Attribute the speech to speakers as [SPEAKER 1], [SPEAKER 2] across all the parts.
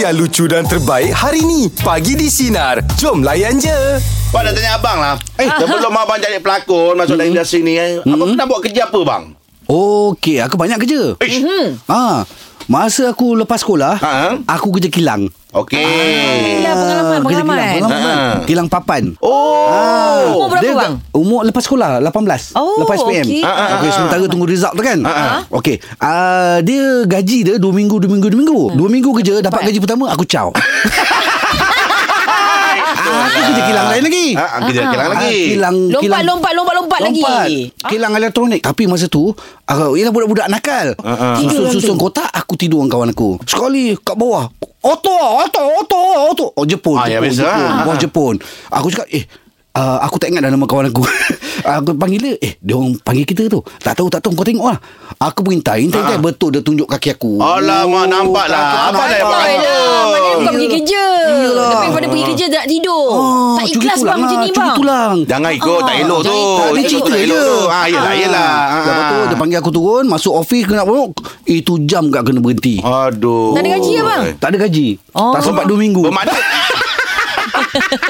[SPEAKER 1] yang lucu dan terbaik hari ni. Pagi di Sinar. Jom layan je.
[SPEAKER 2] Abang nak tanya abang lah eh,
[SPEAKER 3] Ah.
[SPEAKER 2] Sebelum abang jadi pelakon Masuk
[SPEAKER 3] Hmm.
[SPEAKER 2] dalam industri ni eh, Abang pernah buat kerja apa bang?
[SPEAKER 3] Okey, aku banyak kerja.
[SPEAKER 2] Ish
[SPEAKER 3] Ha. Masa aku lepas sekolah,
[SPEAKER 2] Ha?
[SPEAKER 3] aku kerja kilang.
[SPEAKER 2] Okey
[SPEAKER 4] Alhamdulillah Ya,
[SPEAKER 3] Ah,
[SPEAKER 4] pengalaman
[SPEAKER 3] kerja
[SPEAKER 4] pengalaman.
[SPEAKER 3] Kilang, pengalaman.
[SPEAKER 2] Ha.
[SPEAKER 3] Kilang papan.
[SPEAKER 2] Oh
[SPEAKER 4] Umur berapa
[SPEAKER 3] Dia
[SPEAKER 4] bang?
[SPEAKER 3] Umur lepas sekolah 18
[SPEAKER 4] Oh,
[SPEAKER 3] Lepas SPM
[SPEAKER 4] okey.
[SPEAKER 3] okay.
[SPEAKER 4] Ah,
[SPEAKER 2] ah, ah.
[SPEAKER 3] sementara tunggu result tu kan Okey uh, Dia gaji dia 2 minggu 2 minggu 2 minggu
[SPEAKER 4] Hmm.
[SPEAKER 3] 2 minggu kerja Dapat gaji pertama Aku caw Ah, Aku kerja kilang lain lagi
[SPEAKER 2] Ah, ah, Kerja kilang lagi
[SPEAKER 3] Ah, Kilang
[SPEAKER 4] Lompat,
[SPEAKER 3] kilang,
[SPEAKER 4] lompat, lompat, lompat lagi. Ah.
[SPEAKER 3] Kilang elektronik Tapi masa tu aku, Ialah budak-budak nakal
[SPEAKER 2] ah.
[SPEAKER 3] Susun-susun kotak Aku tidur dengan kawan aku Sekali kat bawah Oto Oto Oto Oto Oh Jepun
[SPEAKER 2] Ah, ya,
[SPEAKER 3] Jepun,
[SPEAKER 2] biasa,
[SPEAKER 3] Jepun,
[SPEAKER 2] ah.
[SPEAKER 3] Bawah Jepun Aku cakap Eh Uh, aku tak ingat dah nama kawan aku Aku panggil dia Eh dia orang panggil kita tu Tak tahu tak tahu kau tengok lah Aku pun hintai Hintai, hintai betul dia tunjuk kaki aku
[SPEAKER 2] Ah,
[SPEAKER 3] Oh,
[SPEAKER 2] Alamak, nampak lah. Abang dah
[SPEAKER 4] Betul
[SPEAKER 2] Abang-
[SPEAKER 4] lah Maknanya bukan
[SPEAKER 3] Yelah.
[SPEAKER 4] pergi kerja
[SPEAKER 3] Yelah.
[SPEAKER 4] Tapi daripada pergi kerja Tak tidur
[SPEAKER 3] Ah,
[SPEAKER 4] Tak
[SPEAKER 3] curi
[SPEAKER 4] ikhlas
[SPEAKER 3] tulang
[SPEAKER 4] bang macam
[SPEAKER 3] lah,
[SPEAKER 4] ni
[SPEAKER 3] curi
[SPEAKER 4] bang
[SPEAKER 3] tulang
[SPEAKER 2] Jangan ikut
[SPEAKER 3] Ah,
[SPEAKER 2] Tak elok tu
[SPEAKER 4] jangan ikut.
[SPEAKER 3] Dia
[SPEAKER 2] Ikut
[SPEAKER 3] cerita
[SPEAKER 2] tak elok
[SPEAKER 3] je.
[SPEAKER 2] tu ah, Yelah yelah Ah.
[SPEAKER 3] Lepas tu dia panggil aku turun Masuk office kena buruk Itu jam kat kena berhenti
[SPEAKER 2] Oh. Aduh
[SPEAKER 4] Tak ada gaji ke, bang?
[SPEAKER 3] Tak ada gaji
[SPEAKER 4] Oh.
[SPEAKER 3] Tak sempat 2 minggu
[SPEAKER 2] Bermakna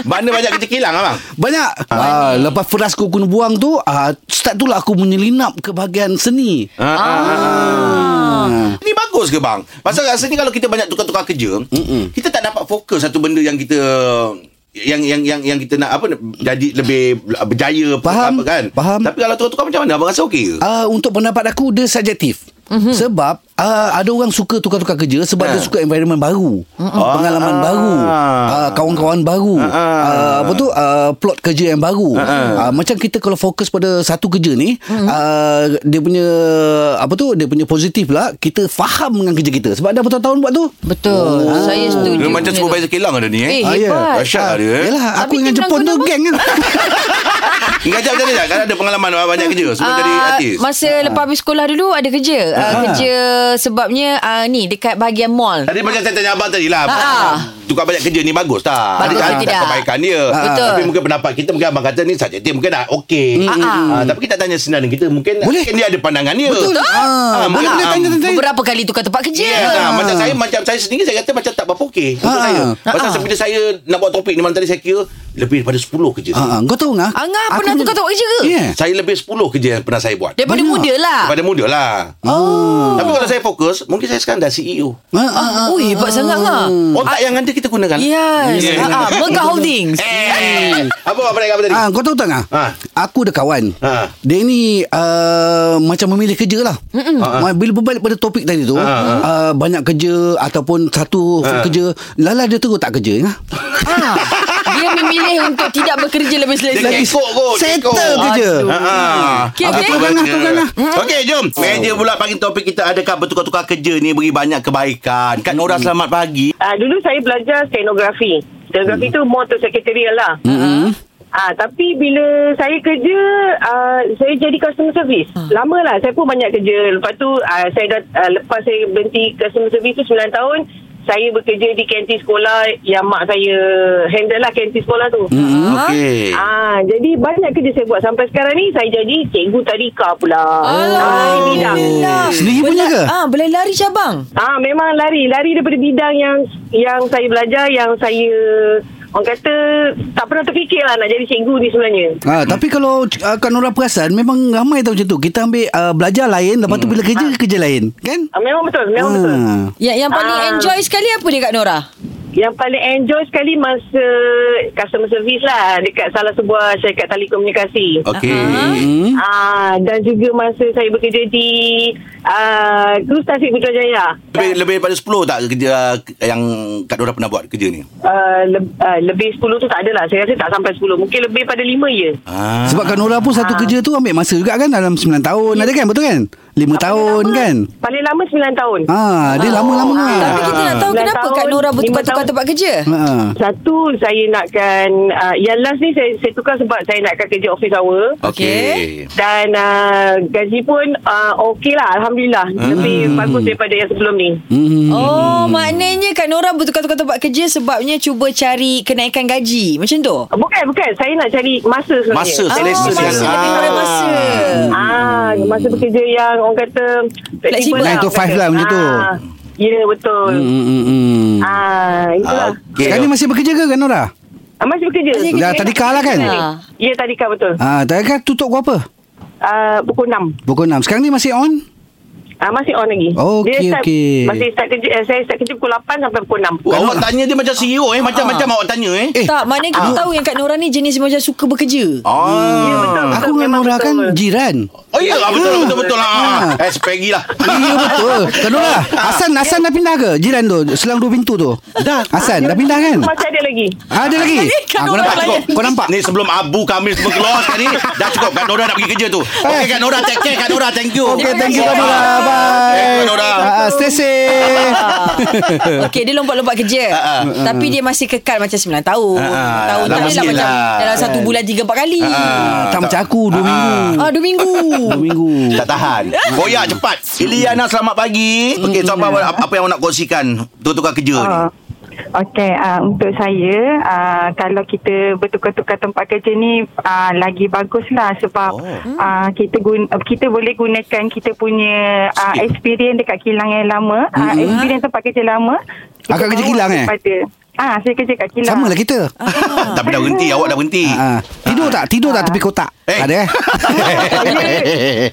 [SPEAKER 2] Mana banyak kerja kilang abang?
[SPEAKER 3] Banyak ah, Lepas fras aku kena buang tu ah, Start tu lah aku menyelinap ke bahagian seni
[SPEAKER 2] Ah, ah, ah. Ni bagus ke bang? Pasal rasanya kalau kita banyak tukar-tukar kerja, Mm-mm. kita tak dapat fokus satu benda yang kita yang yang yang yang kita nak apa jadi lebih berjaya apa-
[SPEAKER 3] Faham,
[SPEAKER 2] apa kan?
[SPEAKER 3] faham.
[SPEAKER 2] Tapi kalau tukar-tukar macam mana? Abang rasa okey ke?
[SPEAKER 3] uh, Untuk pendapat aku Dia subjektif
[SPEAKER 4] Mhm.
[SPEAKER 3] mm-hmm. Sebab uh, Ada orang suka tukar-tukar kerja Sebab
[SPEAKER 2] Ha.
[SPEAKER 3] dia suka environment baru
[SPEAKER 4] Mhm.
[SPEAKER 3] Pengalaman
[SPEAKER 2] Ah.
[SPEAKER 3] baru uh, Kawan-kawan baru
[SPEAKER 2] Ah.
[SPEAKER 3] uh, Apa tu uh, Plot kerja yang baru uh, Macam kita kalau fokus pada Satu kerja ni
[SPEAKER 4] Mhm.
[SPEAKER 3] mm-hmm. uh, Dia punya Apa tu Dia punya positif lah Kita faham dengan kerja kita Sebab dah bertahun-tahun buat tu
[SPEAKER 4] Betul
[SPEAKER 3] Oh.
[SPEAKER 4] Saya setuju
[SPEAKER 2] Dia macam
[SPEAKER 4] punya tu.
[SPEAKER 2] supervisor kilang ada ni eh.
[SPEAKER 4] Eh
[SPEAKER 3] Ah, ya.
[SPEAKER 4] hebat
[SPEAKER 2] Dahsyat lah dia. eh.
[SPEAKER 3] Yelah
[SPEAKER 4] Habis
[SPEAKER 3] aku dengan
[SPEAKER 4] dia
[SPEAKER 3] Jepun tu
[SPEAKER 4] bilang kau
[SPEAKER 3] geng kan
[SPEAKER 2] Ngajak macam ni tak? Kalau ada pengalaman abang banyak kerja sebelum jadi
[SPEAKER 4] Ah,
[SPEAKER 2] artis.
[SPEAKER 4] Masa lepas habis sekolah dulu Ada kerja Ah, Kerja sebabnya ah, Ni dekat bahagian mall
[SPEAKER 2] Tadi macam saya tanya abang tadi lah
[SPEAKER 4] Ah, ah.
[SPEAKER 2] Tukar banyak kerja ni bagus tak?
[SPEAKER 4] Bagus
[SPEAKER 2] ada
[SPEAKER 4] ke tidak?
[SPEAKER 2] kebaikan dia Ha,
[SPEAKER 4] Ah. Betul.
[SPEAKER 2] Tapi mungkin pendapat kita Mungkin abang kata ni subjektif Mungkin dah okey
[SPEAKER 4] Ah, ah.
[SPEAKER 2] Ah, Tapi kita tanya senang kita Mungkin,
[SPEAKER 3] Boleh.
[SPEAKER 2] mungkin dia ada pandangan dia
[SPEAKER 3] Betul. Ah,
[SPEAKER 2] mungkin,
[SPEAKER 3] boleh, boleh
[SPEAKER 2] ah,
[SPEAKER 3] tanya, tanya. Saya-
[SPEAKER 4] Beberapa kali tukar tempat kerja
[SPEAKER 2] Yes, ah. Macam saya Macam saya sendiri Saya kata macam tak berapa okey Untuk
[SPEAKER 3] Ah.
[SPEAKER 2] saya Pasal
[SPEAKER 4] Ah.
[SPEAKER 2] bila saya Nak buat topik ni Malam tadi saya kira Lebih daripada 10 kerja saya.
[SPEAKER 3] Ah, ah, kau tahu ngah?
[SPEAKER 4] Angah
[SPEAKER 3] Aku
[SPEAKER 4] pernah
[SPEAKER 3] dulu-
[SPEAKER 4] tukar tempat kerja ke?
[SPEAKER 3] Ya. Yeah.
[SPEAKER 2] Saya lebih 10 kerja Yang pernah saya buat
[SPEAKER 4] Daripada
[SPEAKER 3] Banyak.
[SPEAKER 4] muda lah
[SPEAKER 2] Daripada muda lah
[SPEAKER 3] Oh.
[SPEAKER 2] Tapi kalau saya fokus Mungkin saya sekarang dah CEO
[SPEAKER 3] Ah, ah, ah,
[SPEAKER 4] Oh hebat sangat lah
[SPEAKER 3] Hmm.
[SPEAKER 2] Otak yang ada kita gunakan
[SPEAKER 4] Yes
[SPEAKER 2] Yeah.
[SPEAKER 4] Ah, ah, Mega Holdings
[SPEAKER 2] Eh, Apa abang nak kata tadi?
[SPEAKER 3] Ah, kau tahu tak ngah?
[SPEAKER 2] Ha.
[SPEAKER 3] Aku ada kawan.
[SPEAKER 2] Ha.
[SPEAKER 3] Dia ni uh, macam memilih kerja lah.
[SPEAKER 2] Ha,
[SPEAKER 3] Ma- Bila berbalik pada topik tadi tu,
[SPEAKER 2] Ha, ha.
[SPEAKER 3] uh, banyak kerja ataupun satu
[SPEAKER 2] Ha.
[SPEAKER 3] kerja, lala dia terus tak kerja ngah.
[SPEAKER 4] Ah, Dia memilih untuk tidak bekerja lebih
[SPEAKER 2] Dia
[SPEAKER 4] selesa.
[SPEAKER 2] lagi kekok kot
[SPEAKER 3] Settle
[SPEAKER 2] kekok.
[SPEAKER 3] kerja.
[SPEAKER 2] Ha, ha.
[SPEAKER 4] Okey,
[SPEAKER 2] Apa
[SPEAKER 4] okey.
[SPEAKER 2] tu
[SPEAKER 3] Tukar
[SPEAKER 2] benda?
[SPEAKER 3] lah, tukar lah.
[SPEAKER 2] Okey jom Meja pula pagi topik kita Adakah bertukar-tukar kerja ni Beri banyak kebaikan Kak Nora selamat pagi
[SPEAKER 5] Ah, dulu saya belajar stenografi. Stenografi tu more to secretarial lah. Hmm. Mm-hmm. Ah, tapi bila saya kerja, ah, saya jadi customer service. Lama lah, saya pun banyak kerja. Lepas tu, ah, saya dah, ah, lepas saya berhenti customer service tu 9 tahun, saya bekerja di kantin sekolah yang mak saya handle lah kantin sekolah tu. Mm-hmm.
[SPEAKER 2] Okey
[SPEAKER 5] Ah, jadi banyak kerja saya buat sampai sekarang ni saya jadi cikgu tadika pula. Ah, di bidang.
[SPEAKER 3] Sendiri punya ke?
[SPEAKER 4] Ah, boleh lari cabang.
[SPEAKER 5] Ah memang lari, lari daripada bidang yang yang saya belajar yang saya orang kata tak pernah terfikir lah nak jadi cikgu ni sebenarnya.
[SPEAKER 3] Ha, tapi kalau uh, Kak Nora perasan Memang ramai tau macam tu Kita ambil uh, belajar lain Lepas tu bila kerja Kerja lain Kan?
[SPEAKER 5] Ah, memang betul, memang betul.
[SPEAKER 3] Ah.
[SPEAKER 4] Yang yang paling
[SPEAKER 5] Ah.
[SPEAKER 4] enjoy sekali apa dia Kak Nora?
[SPEAKER 5] Yang paling enjoy sekali masa customer service lah dekat salah sebuah syarikat telekomunikasi.
[SPEAKER 2] Okey
[SPEAKER 3] Hmm.
[SPEAKER 5] Ah dan juga masa saya bekerja di ah Cruise Tasik Putrajaya.
[SPEAKER 2] lebih, lebih daripada 10 tak kerja uh, Yang Kak Nora pernah buat kerja ni
[SPEAKER 5] Uh, le- uh, lebih 10 tu tak adalah Saya rasa tak sampai 10 Mungkin lebih pada ya. 5 je
[SPEAKER 2] Ah.
[SPEAKER 3] Sebab Kak Nora pun satu kerja tu ambil masa juga kan dalam 9 tahun ada kan betul kan? 5 tahun
[SPEAKER 5] Paling lama-
[SPEAKER 3] kan?
[SPEAKER 5] Paling lama 9 tahun
[SPEAKER 3] Ha, dia lama-lama
[SPEAKER 2] lah.
[SPEAKER 4] Ah,
[SPEAKER 3] kan.
[SPEAKER 4] Tapi kita nak tahu
[SPEAKER 5] Sembilan
[SPEAKER 4] kenapa
[SPEAKER 5] tahun,
[SPEAKER 4] Kak Nora
[SPEAKER 5] lima
[SPEAKER 4] bertukar-tukar
[SPEAKER 5] tahun.
[SPEAKER 4] tempat kerja.
[SPEAKER 3] Ha.
[SPEAKER 5] Satu saya nakkan uh, Yang last ni saya, saya tukar sebab saya nakkan kerja office hour
[SPEAKER 2] Okey
[SPEAKER 5] Dan uh, gaji pun uh, okey lah Alhamdulillah Lebih bagus daripada yang sebelum ni
[SPEAKER 3] Hmm.
[SPEAKER 4] Oh, maknanya Kak Nora bertukar-tukar tempat kerja sebabnya cuba cari kenaikan gaji. Macam tu?
[SPEAKER 5] Uh, Bukan bukan Saya nak cari masa sebenarnya
[SPEAKER 2] Masa
[SPEAKER 5] Saya
[SPEAKER 2] selesa
[SPEAKER 5] nak-
[SPEAKER 4] masa,
[SPEAKER 2] dengan-
[SPEAKER 4] lebih kepada
[SPEAKER 2] Ah.
[SPEAKER 4] masa.
[SPEAKER 5] Ah, masa bekerja yang orang kata
[SPEAKER 4] Flexible.
[SPEAKER 5] fleksibel
[SPEAKER 3] Hmm.
[SPEAKER 5] lah,
[SPEAKER 3] Nine to
[SPEAKER 5] orang
[SPEAKER 3] five
[SPEAKER 5] kata.
[SPEAKER 3] lah macam tu.
[SPEAKER 5] Ah, Ya Ah, betul
[SPEAKER 3] Hmm. Hmm.
[SPEAKER 5] Ah, itulah.
[SPEAKER 2] Okey.
[SPEAKER 3] Sekarang ni masih bekerja ke kan Nora?
[SPEAKER 5] Ah, masih bekerja.
[SPEAKER 4] Masih
[SPEAKER 3] Dah
[SPEAKER 4] bekerja.
[SPEAKER 3] tadika lah kan?
[SPEAKER 4] Ha.
[SPEAKER 5] Ya, tadika betul.
[SPEAKER 3] Ah, tadi kan tutup pukul apa?
[SPEAKER 5] Ah, pukul 6.
[SPEAKER 3] Pukul 6. Sekarang ni masih on?
[SPEAKER 5] Ah, masih on lagi.
[SPEAKER 3] Okey,
[SPEAKER 5] Dia start,
[SPEAKER 3] okey.
[SPEAKER 5] Masih start kerja, eh, saya start kerja pukul 8 sampai pukul 6.
[SPEAKER 2] Wah, awak tanya dia macam CEO eh. Macam-macam awak tanya eh.
[SPEAKER 3] Eh,
[SPEAKER 4] Tak, maknanya kita tahu yang Kak Nora ni jenis macam suka bekerja.
[SPEAKER 5] Ya,
[SPEAKER 2] Ah.
[SPEAKER 5] betul.
[SPEAKER 3] aku dengan
[SPEAKER 5] Memang
[SPEAKER 3] Nora
[SPEAKER 5] betul.
[SPEAKER 3] kan jiran.
[SPEAKER 2] Oh ya, betul betul betul, betul lah.
[SPEAKER 3] Ah.
[SPEAKER 2] Eh, Peggy lah.
[SPEAKER 3] Ya betul. Kan Nora, Hasan Hasan dah pindah ke jiran tu? Selang dua pintu tu. Dah. Hasan dah pindah kan?
[SPEAKER 5] Masih ada lagi.
[SPEAKER 3] Ada lagi.
[SPEAKER 4] Tadi Kak
[SPEAKER 3] Ah, kau
[SPEAKER 4] Nora
[SPEAKER 3] nampak?
[SPEAKER 4] layan.
[SPEAKER 3] Kau nampak?
[SPEAKER 2] Ni sebelum Abu Kamil semua keluar sekali Dah cukup Kak Nora nak pergi kerja tu Okay Kak Nora take care Kak Nora thank you
[SPEAKER 3] Okay, Eh. thank you
[SPEAKER 4] Terima
[SPEAKER 3] Kak
[SPEAKER 4] kasih.
[SPEAKER 3] Nora.
[SPEAKER 2] Thank you,
[SPEAKER 3] Bye.
[SPEAKER 2] Kak Nora.
[SPEAKER 3] Ah, Stay safe.
[SPEAKER 2] Ah.
[SPEAKER 4] Okey, dia lompat-lompat kerja. Tapi dia masih kekal macam 9 tahun.
[SPEAKER 2] Hmm, Ah, ah,
[SPEAKER 4] tahun
[SPEAKER 2] lama
[SPEAKER 4] tadi lah
[SPEAKER 2] sikit
[SPEAKER 4] macam
[SPEAKER 2] lah.
[SPEAKER 4] dalam satu bulan 3 4 kali.
[SPEAKER 2] Ah,
[SPEAKER 3] Tak macam aku, dua
[SPEAKER 2] Ah.
[SPEAKER 3] minggu.
[SPEAKER 4] Ah, dua minggu.
[SPEAKER 3] Dua minggu.
[SPEAKER 2] Tak tahan Koyak cepat Iliana selamat pagi Okay so apa,
[SPEAKER 3] Hmm.
[SPEAKER 2] apa apa yang awak nak kongsikan Untuk tukar kerja ni
[SPEAKER 6] Ah. Okey, uh, untuk saya uh, kalau kita bertukar-tukar tempat kerja ni uh, lagi baguslah sebab oh. uh, kita guna, kita boleh gunakan kita punya uh,
[SPEAKER 2] Skill.
[SPEAKER 6] experience dekat kilang yang lama, uh, experience tempat kerja lama. kita
[SPEAKER 3] Hmm. Akak kerja
[SPEAKER 6] bawa
[SPEAKER 3] kilang, eh?
[SPEAKER 6] kepada- Ah, saya kerja kat kilang.
[SPEAKER 3] Sama lah kita.
[SPEAKER 5] Hmm.
[SPEAKER 2] Tapi dah berhenti Awak dah berhenti
[SPEAKER 3] Ah, Tidur tak? Tidur tak tepi kotak?
[SPEAKER 2] Eh.
[SPEAKER 3] Ada eh?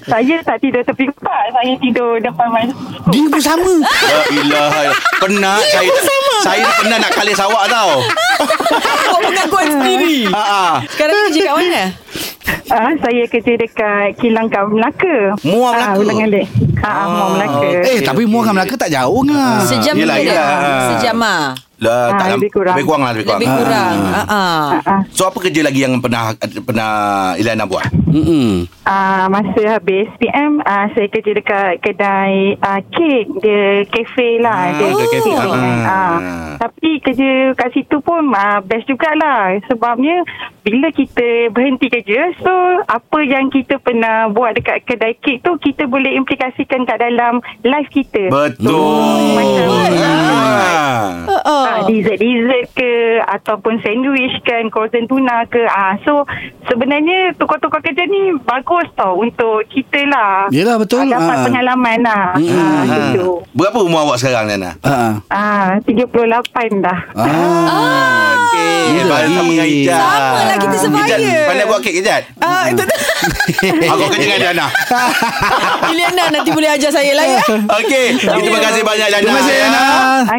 [SPEAKER 6] saya, saya tak tidur tepi kotak, saya tidur depan masa.
[SPEAKER 3] Dia pun sama.
[SPEAKER 2] Ya ilah Penat saya Saya dah penat nak kalis awak tau
[SPEAKER 4] Buat pengakuan sendiri.
[SPEAKER 2] Ah, ah.
[SPEAKER 4] Sekarang ni kerja kat mana?
[SPEAKER 6] Ah, saya kerja dekat kilang kat Melaka.
[SPEAKER 2] Muar Melaka?
[SPEAKER 6] Ah, Ulang Alik. Ah, ah, Muar
[SPEAKER 2] Ah,
[SPEAKER 6] Melaka.
[SPEAKER 2] okey.
[SPEAKER 3] Eh, tapi muang Melaka tak jauh ngah.
[SPEAKER 4] Sejam
[SPEAKER 2] yelah,
[SPEAKER 4] lebih
[SPEAKER 2] yelah.
[SPEAKER 4] dah. Sejam ah.
[SPEAKER 2] Lah,
[SPEAKER 6] Ah,
[SPEAKER 2] tak lam-
[SPEAKER 6] lebih kurang.
[SPEAKER 2] Lebih kurang lah Lebih kurang,
[SPEAKER 4] Lebih kurang. Ha ah.
[SPEAKER 6] Ah, ah.
[SPEAKER 2] So apa kerja lagi yang pernah pernah Iliana buat?
[SPEAKER 3] Mm-mm.
[SPEAKER 6] Ah, masa habis PM, ah, saya kerja dekat kedai ah, kek. Dia kafe lah. dia
[SPEAKER 2] kedai kafe.
[SPEAKER 6] kek.
[SPEAKER 2] Ah.
[SPEAKER 6] Ah, Tapi kerja kat situ pun ah, best jugalah. Sebabnya bila kita berhenti kerja, so apa yang kita pernah buat dekat kedai kek tu, kita boleh implikasikan kat dalam life kita.
[SPEAKER 2] Betul. Ah.
[SPEAKER 4] Ha ah.
[SPEAKER 6] Ah, dessert-dessert ke ataupun sandwich kan frozen tuna ke ah so sebenarnya tukar-tukar kerja ni bagus tau untuk kita lah
[SPEAKER 3] Yelah, betul.
[SPEAKER 6] ah, dapat
[SPEAKER 3] Ah. Mm-hmm.
[SPEAKER 6] pengalaman lah ah
[SPEAKER 2] Ah.
[SPEAKER 6] gitu
[SPEAKER 2] Berapa umur awak sekarang Nana?
[SPEAKER 3] Ah.
[SPEAKER 6] ah 38 dah
[SPEAKER 3] Ah.
[SPEAKER 2] Okey,
[SPEAKER 3] Muda
[SPEAKER 2] baru
[SPEAKER 3] lagi.
[SPEAKER 2] sama dengan Ijat.
[SPEAKER 4] Sama lah, kita sebaya.
[SPEAKER 2] Ijat, pandai buat kek Ijat.
[SPEAKER 4] Ah, itu tu.
[SPEAKER 2] Aku kerja dengan Nana.
[SPEAKER 4] Iliana nanti boleh ajar saya lah ya.
[SPEAKER 2] Okey, terima kasih banyak Nana. ya. Hmm.
[SPEAKER 3] Terima kasih Ana.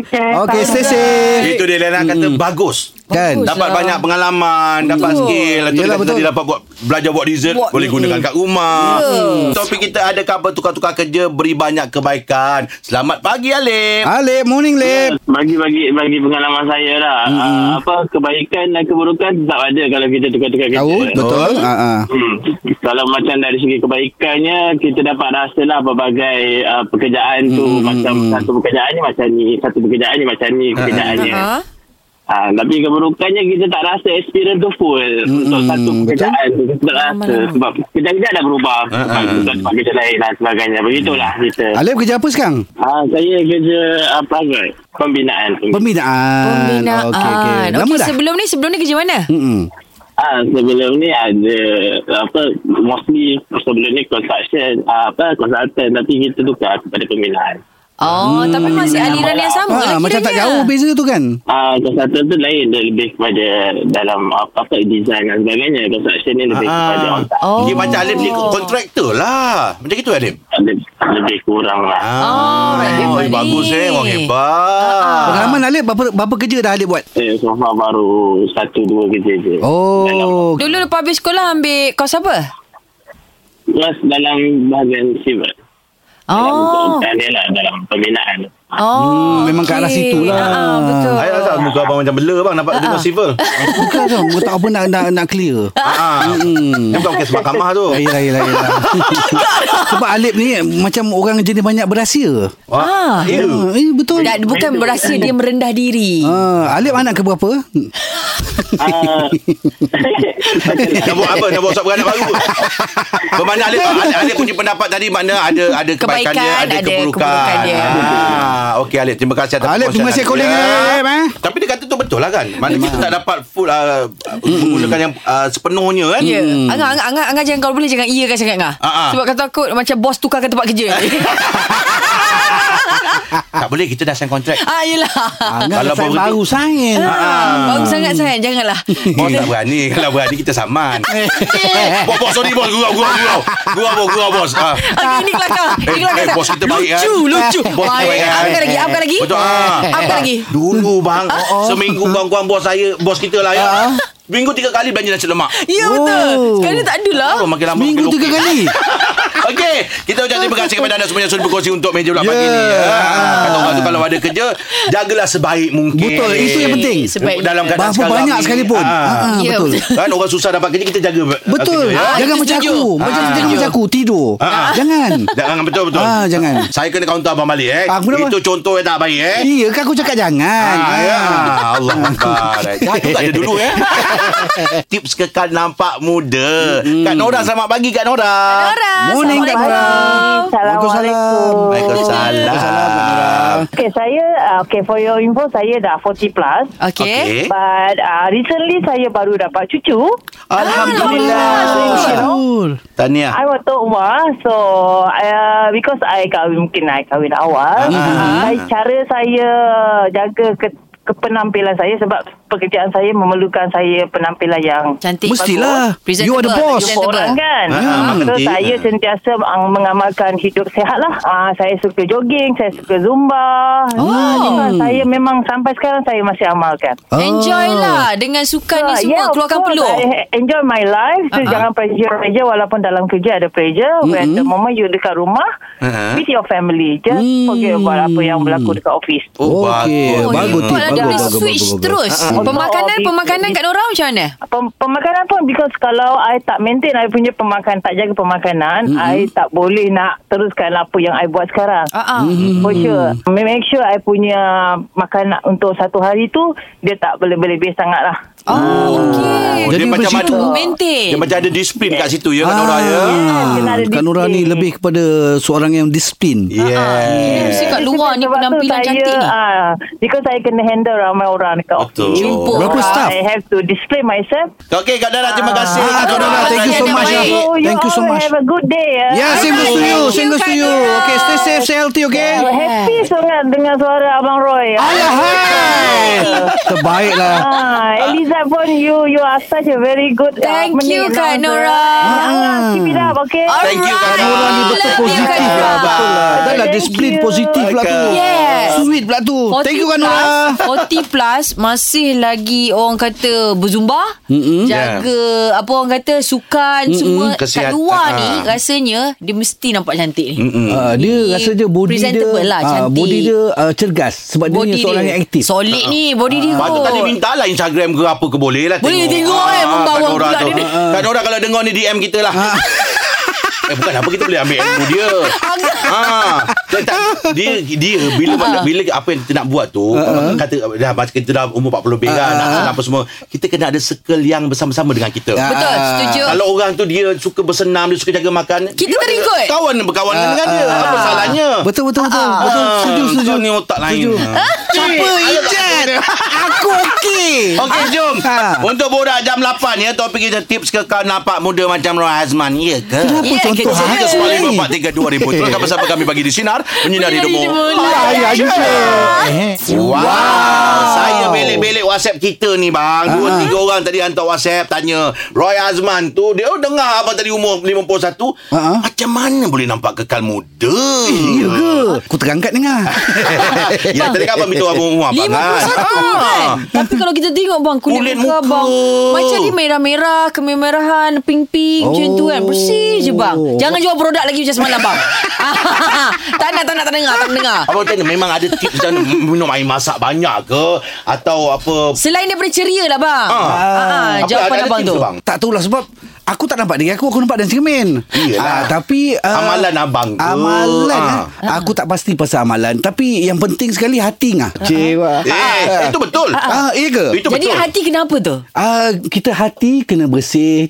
[SPEAKER 6] Okey,
[SPEAKER 3] Okey, stay
[SPEAKER 6] sama-sama.
[SPEAKER 3] safe.
[SPEAKER 2] Itu dia Nana kata bagus.
[SPEAKER 3] Kan?
[SPEAKER 4] Bagus.
[SPEAKER 2] Dapat
[SPEAKER 4] lah.
[SPEAKER 2] banyak pengalaman Dapat
[SPEAKER 4] Betul.
[SPEAKER 2] skill Lepas tu
[SPEAKER 3] Yelah,
[SPEAKER 2] dia kata
[SPEAKER 3] betul.
[SPEAKER 2] dia dapat buat Belajar buat dessert
[SPEAKER 4] Buat-
[SPEAKER 2] Boleh gunakan kat rumah yeah. Topik kita ada cover Tukar-tukar kerja Beri banyak kebaikan Selamat pagi Alif
[SPEAKER 3] Alip, morning Lip.
[SPEAKER 7] bagi-bagi bagi pengalaman saya lah. Mm-hmm. Uh, apa kebaikan dan keburukan tetap ada kalau kita tukar-tukar kerja.
[SPEAKER 3] Tahu? Betul. Ah, ah.
[SPEAKER 7] Hmm. Kalau macam dari segi kebaikannya kita dapat rasalah pelbagai uh, pekerjaan tu
[SPEAKER 3] Hmm.
[SPEAKER 7] macam satu pekerjaan ni macam ni, satu pekerjaan ni macam ni pekerjaannya.
[SPEAKER 4] Ha.
[SPEAKER 7] Ah, tapi keburukannya kita tak rasa experience tu full
[SPEAKER 3] Mm-mm,
[SPEAKER 7] untuk satu
[SPEAKER 3] Mm-hmm. betul. Ha,
[SPEAKER 7] pekerjaan tu kita tak rasa
[SPEAKER 4] Lama-lama.
[SPEAKER 7] sebab kejap-kejap dah berubah
[SPEAKER 2] Ah, ah, ah.
[SPEAKER 7] untuk tempat kerja lain dan sebagainya begitulah kita
[SPEAKER 3] Alip kerja apa sekarang?
[SPEAKER 7] ah, saya kerja apa uh, pembinaan
[SPEAKER 3] Pembinaan.
[SPEAKER 4] Pembinaan.
[SPEAKER 3] Ah,
[SPEAKER 4] Ah,
[SPEAKER 3] Okey, okey. Lama
[SPEAKER 4] Okey,
[SPEAKER 3] dah? Hmm.
[SPEAKER 4] sebelum ni sebelum ni kerja mana?
[SPEAKER 3] Mm-mm.
[SPEAKER 7] Ah sebelum ni ada apa mostly sebelum ni construction ah, apa consultant tapi kita tukar kepada pembinaan.
[SPEAKER 4] Oh, tapi masih aliran yang sama
[SPEAKER 3] Ah,
[SPEAKER 4] lah
[SPEAKER 3] macam tak jauh
[SPEAKER 4] kiranya.
[SPEAKER 3] beza tu kan?
[SPEAKER 7] Ah consultant tu lain dia lebih kepada dalam apa, apa design dan sebagainya. Construction ni
[SPEAKER 2] Ah.
[SPEAKER 7] lebih kepada on site.
[SPEAKER 4] Oh.
[SPEAKER 2] Dia macam Alif ni kontraktor lah Macam itu Alif
[SPEAKER 7] Lebih, lebih kurang lah.
[SPEAKER 2] Ah.
[SPEAKER 4] Oh, right, Ah,
[SPEAKER 2] Oh,
[SPEAKER 4] right.
[SPEAKER 2] bagus eh Orang hebat
[SPEAKER 3] Pengalaman Alip berapa berapa kerja dah Alip buat?
[SPEAKER 7] Saya Eh, so far baru satu dua kerja je.
[SPEAKER 3] Oh.
[SPEAKER 4] Dulu lepas habis sekolah ambil kos apa?
[SPEAKER 7] Plus dalam bahagian civil.
[SPEAKER 4] Oh.
[SPEAKER 7] Dalam, ni lah, dalam pembinaan.
[SPEAKER 4] Oh,
[SPEAKER 3] Hmm, memang ke arah
[SPEAKER 4] okey.
[SPEAKER 3] situ lah.
[SPEAKER 4] Ah, ah, betul.
[SPEAKER 2] Saya tak tahu muka abang macam bela bang Nampak dia tengok civil
[SPEAKER 3] Ah, Bukan tau, kau tak apa nak nak, nak clear.
[SPEAKER 2] Ah,
[SPEAKER 4] Hmm.
[SPEAKER 2] Dia bukan kes mahkamah tu
[SPEAKER 3] Ah, Yelah, yelah, yelah. Sebab Alip ni macam orang jenis banyak berahsia.
[SPEAKER 4] Ah.
[SPEAKER 2] Wah,
[SPEAKER 3] Ya,
[SPEAKER 2] eh,
[SPEAKER 3] eh, betul.
[SPEAKER 4] Dan bukan berasa dia merendah diri.
[SPEAKER 3] Ah, Alip anak ke berapa?
[SPEAKER 7] Ah,
[SPEAKER 2] Nak buat apa? Nak buat suap beranak baru Bermakna Alif, Alif, Alif punya pendapat tadi Makna ada ada kebaikan, dia
[SPEAKER 4] Kebaikan,
[SPEAKER 2] Ada,
[SPEAKER 4] ada
[SPEAKER 2] keburukan,
[SPEAKER 4] keburukan dia.
[SPEAKER 2] Ah, Okey Alif Terima kasih atas
[SPEAKER 3] Alif, terima kasih
[SPEAKER 2] perkongsian
[SPEAKER 3] calling,
[SPEAKER 2] anda.
[SPEAKER 3] Alif, eh.
[SPEAKER 2] Tapi dia kata tu betul lah kan Makna kita tak dapat full uh, Menggunakan yang uh, sepenuhnya kan
[SPEAKER 4] Ya. Yeah. Angah, Angah, Angah, Angah jangan kalau boleh jangan iya kan sangat Angah.
[SPEAKER 2] Ah, ah.
[SPEAKER 4] Sebab kata aku macam bos tukar ke tempat kerja.
[SPEAKER 2] tak boleh kita dah sign kontrak.
[SPEAKER 4] Ah, yelah.
[SPEAKER 3] Ah, kalau
[SPEAKER 2] Kalau
[SPEAKER 3] sign
[SPEAKER 2] berhenti-
[SPEAKER 3] baru sign.
[SPEAKER 4] Ah, bagus sangat sangat janganlah.
[SPEAKER 2] Bos tak berani Kalau berani kita saman
[SPEAKER 3] Eh.
[SPEAKER 2] Bos bos sorry bos Gurau gurau gurau Gurau bos gurau bos ah.
[SPEAKER 4] Okey, ini kelakar. Ini
[SPEAKER 2] Eh,
[SPEAKER 4] kelakar.
[SPEAKER 2] eh, bos kita baik kan
[SPEAKER 4] Lucu, lucu.
[SPEAKER 2] Bos kita
[SPEAKER 4] Baik.
[SPEAKER 2] baik kan
[SPEAKER 4] Apa lagi? Apa lagi?
[SPEAKER 2] Betul ah.
[SPEAKER 4] Apa lagi?
[SPEAKER 2] Dulu bang
[SPEAKER 3] oh,
[SPEAKER 2] Seminggu
[SPEAKER 3] Ah.
[SPEAKER 2] kawan-kawan bos saya Bos kita lah ya Minggu tiga kali belanja nasi lemak
[SPEAKER 4] Ya betul.
[SPEAKER 3] Oh.
[SPEAKER 4] Sekarang ni tak lah. adalah.
[SPEAKER 2] Oh, makin lama makin
[SPEAKER 3] Minggu tiga
[SPEAKER 2] okey.
[SPEAKER 3] kali.
[SPEAKER 2] Okey, kita ucap terima kasih kepada anda semua yang sudah berkongsi untuk meja bulat pagi ni.
[SPEAKER 3] Yeah.
[SPEAKER 2] Ha, Kata orang tu kalau ada kerja, jagalah sebaik mungkin.
[SPEAKER 3] Betul, itu yang penting.
[SPEAKER 4] Sebaik
[SPEAKER 2] Dalam
[SPEAKER 4] mungkin.
[SPEAKER 2] keadaan
[SPEAKER 3] Berapa
[SPEAKER 2] sekarang
[SPEAKER 3] banyak
[SPEAKER 2] ni,
[SPEAKER 3] sekalipun.
[SPEAKER 2] ha.
[SPEAKER 3] Ah,
[SPEAKER 4] Ya,
[SPEAKER 3] betul.
[SPEAKER 4] betul.
[SPEAKER 2] Kan orang susah dapat kerja kita jaga. uh,
[SPEAKER 3] Betul.
[SPEAKER 2] kerja,
[SPEAKER 3] Ah,
[SPEAKER 2] ya?
[SPEAKER 3] Jangan
[SPEAKER 4] itu
[SPEAKER 3] macam
[SPEAKER 4] setuju.
[SPEAKER 3] aku. Macam
[SPEAKER 2] Ah.
[SPEAKER 3] jangan macam aku tidur.
[SPEAKER 2] Ah.
[SPEAKER 3] Jangan.
[SPEAKER 2] Jangan betul betul.
[SPEAKER 3] Ah, jangan.
[SPEAKER 2] Saya kena counter abang balik eh.
[SPEAKER 3] Ah, kenapa?
[SPEAKER 2] itu contoh yang tak baik eh.
[SPEAKER 3] Iya, kan aku cakap jangan.
[SPEAKER 2] Ah, ya. Allah Akbar Cakap tak ada dulu ya Tips kekal nampak muda Kak Nora selamat pagi Kak Nora
[SPEAKER 4] Nora.
[SPEAKER 3] Morning, Kak Nora. Waalaikumsalam.
[SPEAKER 2] Waalaikumsalam
[SPEAKER 6] Okay, saya uh, okay for your info saya dah 40 plus.
[SPEAKER 4] Okey.
[SPEAKER 2] Okey.
[SPEAKER 6] But uh, recently saya baru dapat cucu.
[SPEAKER 4] Ah,
[SPEAKER 2] Alhamdulillah. Tahniah.
[SPEAKER 6] I waktu umar So uh, Because I kahwin Mungkin I kahwin
[SPEAKER 2] Ah.
[SPEAKER 6] awal uh-huh. Cara saya Jaga ke, kepenampilan saya Sebab pekerjaan saya Memerlukan saya Penampilan yang
[SPEAKER 4] Cantik.
[SPEAKER 3] Mestilah.
[SPEAKER 4] Bagus.
[SPEAKER 3] You are the
[SPEAKER 4] Presentable,
[SPEAKER 3] boss.
[SPEAKER 6] Jumpa
[SPEAKER 4] presentable.
[SPEAKER 6] orang kan
[SPEAKER 2] Ah,
[SPEAKER 6] uh, So
[SPEAKER 2] mengerti.
[SPEAKER 6] saya
[SPEAKER 2] Ah.
[SPEAKER 6] sentiasa ang- Mengamalkan hidup sehat lah uh, Saya suka jogging Saya suka zumba
[SPEAKER 4] Oh.
[SPEAKER 6] Ah, itu lah. Saya memang Sampai sekarang Saya masih amalkan
[SPEAKER 3] Oh.
[SPEAKER 4] Enjoy lah dengan sukan ni
[SPEAKER 6] Ah,
[SPEAKER 4] semua
[SPEAKER 6] of
[SPEAKER 4] keluarkan
[SPEAKER 6] course.
[SPEAKER 4] peluh. Ah,
[SPEAKER 6] I enjoy my life. So,
[SPEAKER 4] Ah-ah.
[SPEAKER 6] jangan pressure-pressure walaupun dalam kerja ada pressure. Mm-hmm. When the moment you dekat rumah,
[SPEAKER 2] Ah-ah.
[SPEAKER 3] Uh-huh.
[SPEAKER 6] with your family. Just
[SPEAKER 3] Hmm.
[SPEAKER 6] forget about apa yang berlaku dekat office.
[SPEAKER 2] Oh,
[SPEAKER 3] Okey,
[SPEAKER 2] bagus.
[SPEAKER 3] Eh, bagus tu.
[SPEAKER 4] hebat lah. Dia
[SPEAKER 3] Bagus,
[SPEAKER 4] boleh
[SPEAKER 3] bagus,
[SPEAKER 4] switch
[SPEAKER 3] bagus, bagus.
[SPEAKER 4] terus.
[SPEAKER 6] Ah, ah.
[SPEAKER 4] Pemakanan,
[SPEAKER 6] Oh,
[SPEAKER 4] pemakanan
[SPEAKER 6] bisnes.
[SPEAKER 4] kat Nora macam mana?
[SPEAKER 6] Pem- pemakanan pun because kalau I tak maintain I punya pemakanan, tak jaga pemakanan, mm-hmm. I tak boleh nak teruskan apa yang I buat sekarang.
[SPEAKER 4] Ah, ah.
[SPEAKER 3] Mm.
[SPEAKER 6] For sure. Make sure I punya makanan untuk satu hari tu, dia tak berlebih-lebih sangat lah.
[SPEAKER 4] Oh, okey.
[SPEAKER 2] Oh,
[SPEAKER 3] Jadi
[SPEAKER 2] dia macam
[SPEAKER 3] macam
[SPEAKER 2] ada
[SPEAKER 3] situ.
[SPEAKER 4] Maintain.
[SPEAKER 2] dia macam ada disiplin kat situ ya Kak
[SPEAKER 3] Ah,
[SPEAKER 2] Nora ya.
[SPEAKER 6] kena ada
[SPEAKER 3] Kak Nora ni
[SPEAKER 6] disiplin.
[SPEAKER 3] lebih kepada seorang yang disiplin.
[SPEAKER 2] Ya. Ah,
[SPEAKER 4] Dia
[SPEAKER 2] Yeah.
[SPEAKER 4] mesti kat luar ni
[SPEAKER 6] Sebab tu
[SPEAKER 4] penampilan
[SPEAKER 6] saya,
[SPEAKER 4] cantik ni.
[SPEAKER 6] ah, Because saya kena handle ramai orang dekat
[SPEAKER 2] Betul.
[SPEAKER 6] office.
[SPEAKER 4] Jumpa
[SPEAKER 3] Berapa
[SPEAKER 4] orang.
[SPEAKER 3] staff?
[SPEAKER 6] I have to display myself.
[SPEAKER 2] Okey Kak Nora terima kasih.
[SPEAKER 3] Ah, Kak Nora, thank you so
[SPEAKER 4] Terima
[SPEAKER 3] much.
[SPEAKER 4] kasih.
[SPEAKER 3] ya. Thank you so
[SPEAKER 6] all
[SPEAKER 3] much.
[SPEAKER 6] Have a good day. Ya.
[SPEAKER 3] Yeah, same goes to you. Same goes to you. Okay, stay safe, stay healthy, okay?
[SPEAKER 6] Oh, Happy sangat dengan suara Abang Roy.
[SPEAKER 3] Alahai. Terbaiklah.
[SPEAKER 6] Ah, Eliza pun you you are such a very good uh,
[SPEAKER 4] Thank you,
[SPEAKER 6] menit
[SPEAKER 4] Kak
[SPEAKER 6] announcer.
[SPEAKER 4] Nora.
[SPEAKER 6] Ah, keep it up okay
[SPEAKER 3] Ah.
[SPEAKER 4] Alright.
[SPEAKER 2] Thank you Kak
[SPEAKER 4] Kak
[SPEAKER 2] Nora.
[SPEAKER 4] Nora ni betul
[SPEAKER 2] Love you, Kak
[SPEAKER 3] Positif
[SPEAKER 2] Nora.
[SPEAKER 3] lah, betul lah. Dah lah
[SPEAKER 6] Thank
[SPEAKER 3] disiplin
[SPEAKER 6] you.
[SPEAKER 3] positif lah tu.
[SPEAKER 4] Yes.
[SPEAKER 3] Sweet pula tu.
[SPEAKER 4] 40
[SPEAKER 3] Thank you, Kak
[SPEAKER 4] plus,
[SPEAKER 3] kan, Nora.
[SPEAKER 4] 40 plus masih lagi orang kata berzumba, mm jaga apa orang kata sukan Mm-mm. semua
[SPEAKER 2] Kesihat-
[SPEAKER 4] kat luar
[SPEAKER 2] Ah.
[SPEAKER 4] ni rasanya dia mesti nampak cantik ni.
[SPEAKER 2] Mm-mm.
[SPEAKER 3] Uh, dia rasa dia body dia
[SPEAKER 4] Presentable lah,
[SPEAKER 3] ah,
[SPEAKER 4] cantik.
[SPEAKER 3] body dia uh, cergas sebab dia ni seorang yang aktif. Ah,
[SPEAKER 4] Solid ni body dia.
[SPEAKER 2] Patut
[SPEAKER 4] kot.
[SPEAKER 2] tadi minta lah Instagram ke apa ke boleh lah
[SPEAKER 4] Boleh tengok, eh, membawa
[SPEAKER 2] Kak Nora
[SPEAKER 4] pula
[SPEAKER 2] tu.
[SPEAKER 4] dia ni.
[SPEAKER 2] Kak Nora kalau dengar ni DM kita lah Eh bukan apa kita boleh ambil ilmu dia ha, dia, tak, dia, dia bila bila apa yang kita nak buat tu kata dah macam kita dah umur 40 lebih kan nak senang apa semua kita kena ada circle yang bersama-sama dengan kita
[SPEAKER 3] Ah.
[SPEAKER 4] Betul, setuju.
[SPEAKER 2] kalau orang tu dia suka bersenam dia suka jaga makan
[SPEAKER 4] Kita
[SPEAKER 2] dia
[SPEAKER 4] terikut.
[SPEAKER 2] kawan berkawan dengan dia
[SPEAKER 3] Ah.
[SPEAKER 2] apa salahnya
[SPEAKER 3] Betul betul betul. betul.
[SPEAKER 2] Ah,
[SPEAKER 3] Setuju setuju.
[SPEAKER 2] kau ni otak lain
[SPEAKER 3] Setuju.
[SPEAKER 2] Ah.
[SPEAKER 3] Siapa Ijan? Aku okey.
[SPEAKER 2] Okey jom
[SPEAKER 3] Ha.
[SPEAKER 2] Untuk borak jam 8 ya Topik kita tips ke kau nampak muda macam Roy Azman Ya ke?
[SPEAKER 3] Kenapa
[SPEAKER 4] Ya,
[SPEAKER 3] contoh
[SPEAKER 4] kita
[SPEAKER 3] hal
[SPEAKER 4] suka
[SPEAKER 3] ni?
[SPEAKER 2] Kepala 4432 ribu Teruskan bersama kami pagi di Sinar Menyinari
[SPEAKER 4] Menyinari
[SPEAKER 2] Demo
[SPEAKER 4] hidupmu.
[SPEAKER 3] Ayah
[SPEAKER 2] Wow, Saya belik-belik WhatsApp kita ni bang
[SPEAKER 3] Ah,
[SPEAKER 2] Dua tiga orang tadi hantar WhatsApp Tanya Roy Azman tu Dia oh, dengar abang tadi umur 51
[SPEAKER 3] Ah, ah.
[SPEAKER 2] Macam mana boleh nampak kekal muda
[SPEAKER 3] Ya ke? Aku terangkat dengar.
[SPEAKER 2] Ya tadi kan abang minta abang umur abang
[SPEAKER 4] 51
[SPEAKER 2] Ah.
[SPEAKER 4] kan Tapi kalau kita tengok bang Kulit,
[SPEAKER 2] lah? Kulit
[SPEAKER 4] muka,
[SPEAKER 2] muka.
[SPEAKER 4] bang Macam dia merah-merah Kemerah-merahan Pink-pink oh. Macam tu kan Bersih je bang
[SPEAKER 3] Oh.
[SPEAKER 4] Jangan jual produk lagi Macam semalam bang Tak nak tak nak tak dengar Tak dengar
[SPEAKER 2] Abang tanya memang ada tips dan minum air masak banyak ke atau apa
[SPEAKER 4] Selain daripada ceria lah bang
[SPEAKER 2] Ah.
[SPEAKER 4] ah. Ah,
[SPEAKER 2] Apa, ada-
[SPEAKER 4] Jawapan
[SPEAKER 2] ada
[SPEAKER 4] abang
[SPEAKER 2] tips
[SPEAKER 4] tu
[SPEAKER 2] ke, bang?
[SPEAKER 3] Tak tahulah sebab Aku tak nampak diri aku Aku nampak dan cermin
[SPEAKER 2] Iyalah.
[SPEAKER 3] Ah, Tapi ah,
[SPEAKER 2] Amalan abang tu.
[SPEAKER 3] Amalan
[SPEAKER 2] Ah.
[SPEAKER 3] ah. Aku tak pasti pasal amalan Tapi yang penting sekali hati ngah. Ah. Cewa
[SPEAKER 2] Eh, itu betul.
[SPEAKER 3] Ah, iya ke?
[SPEAKER 2] Itu
[SPEAKER 4] Jadi
[SPEAKER 2] betul.
[SPEAKER 4] hati kenapa tu
[SPEAKER 3] Ah, kita hati kena bersih.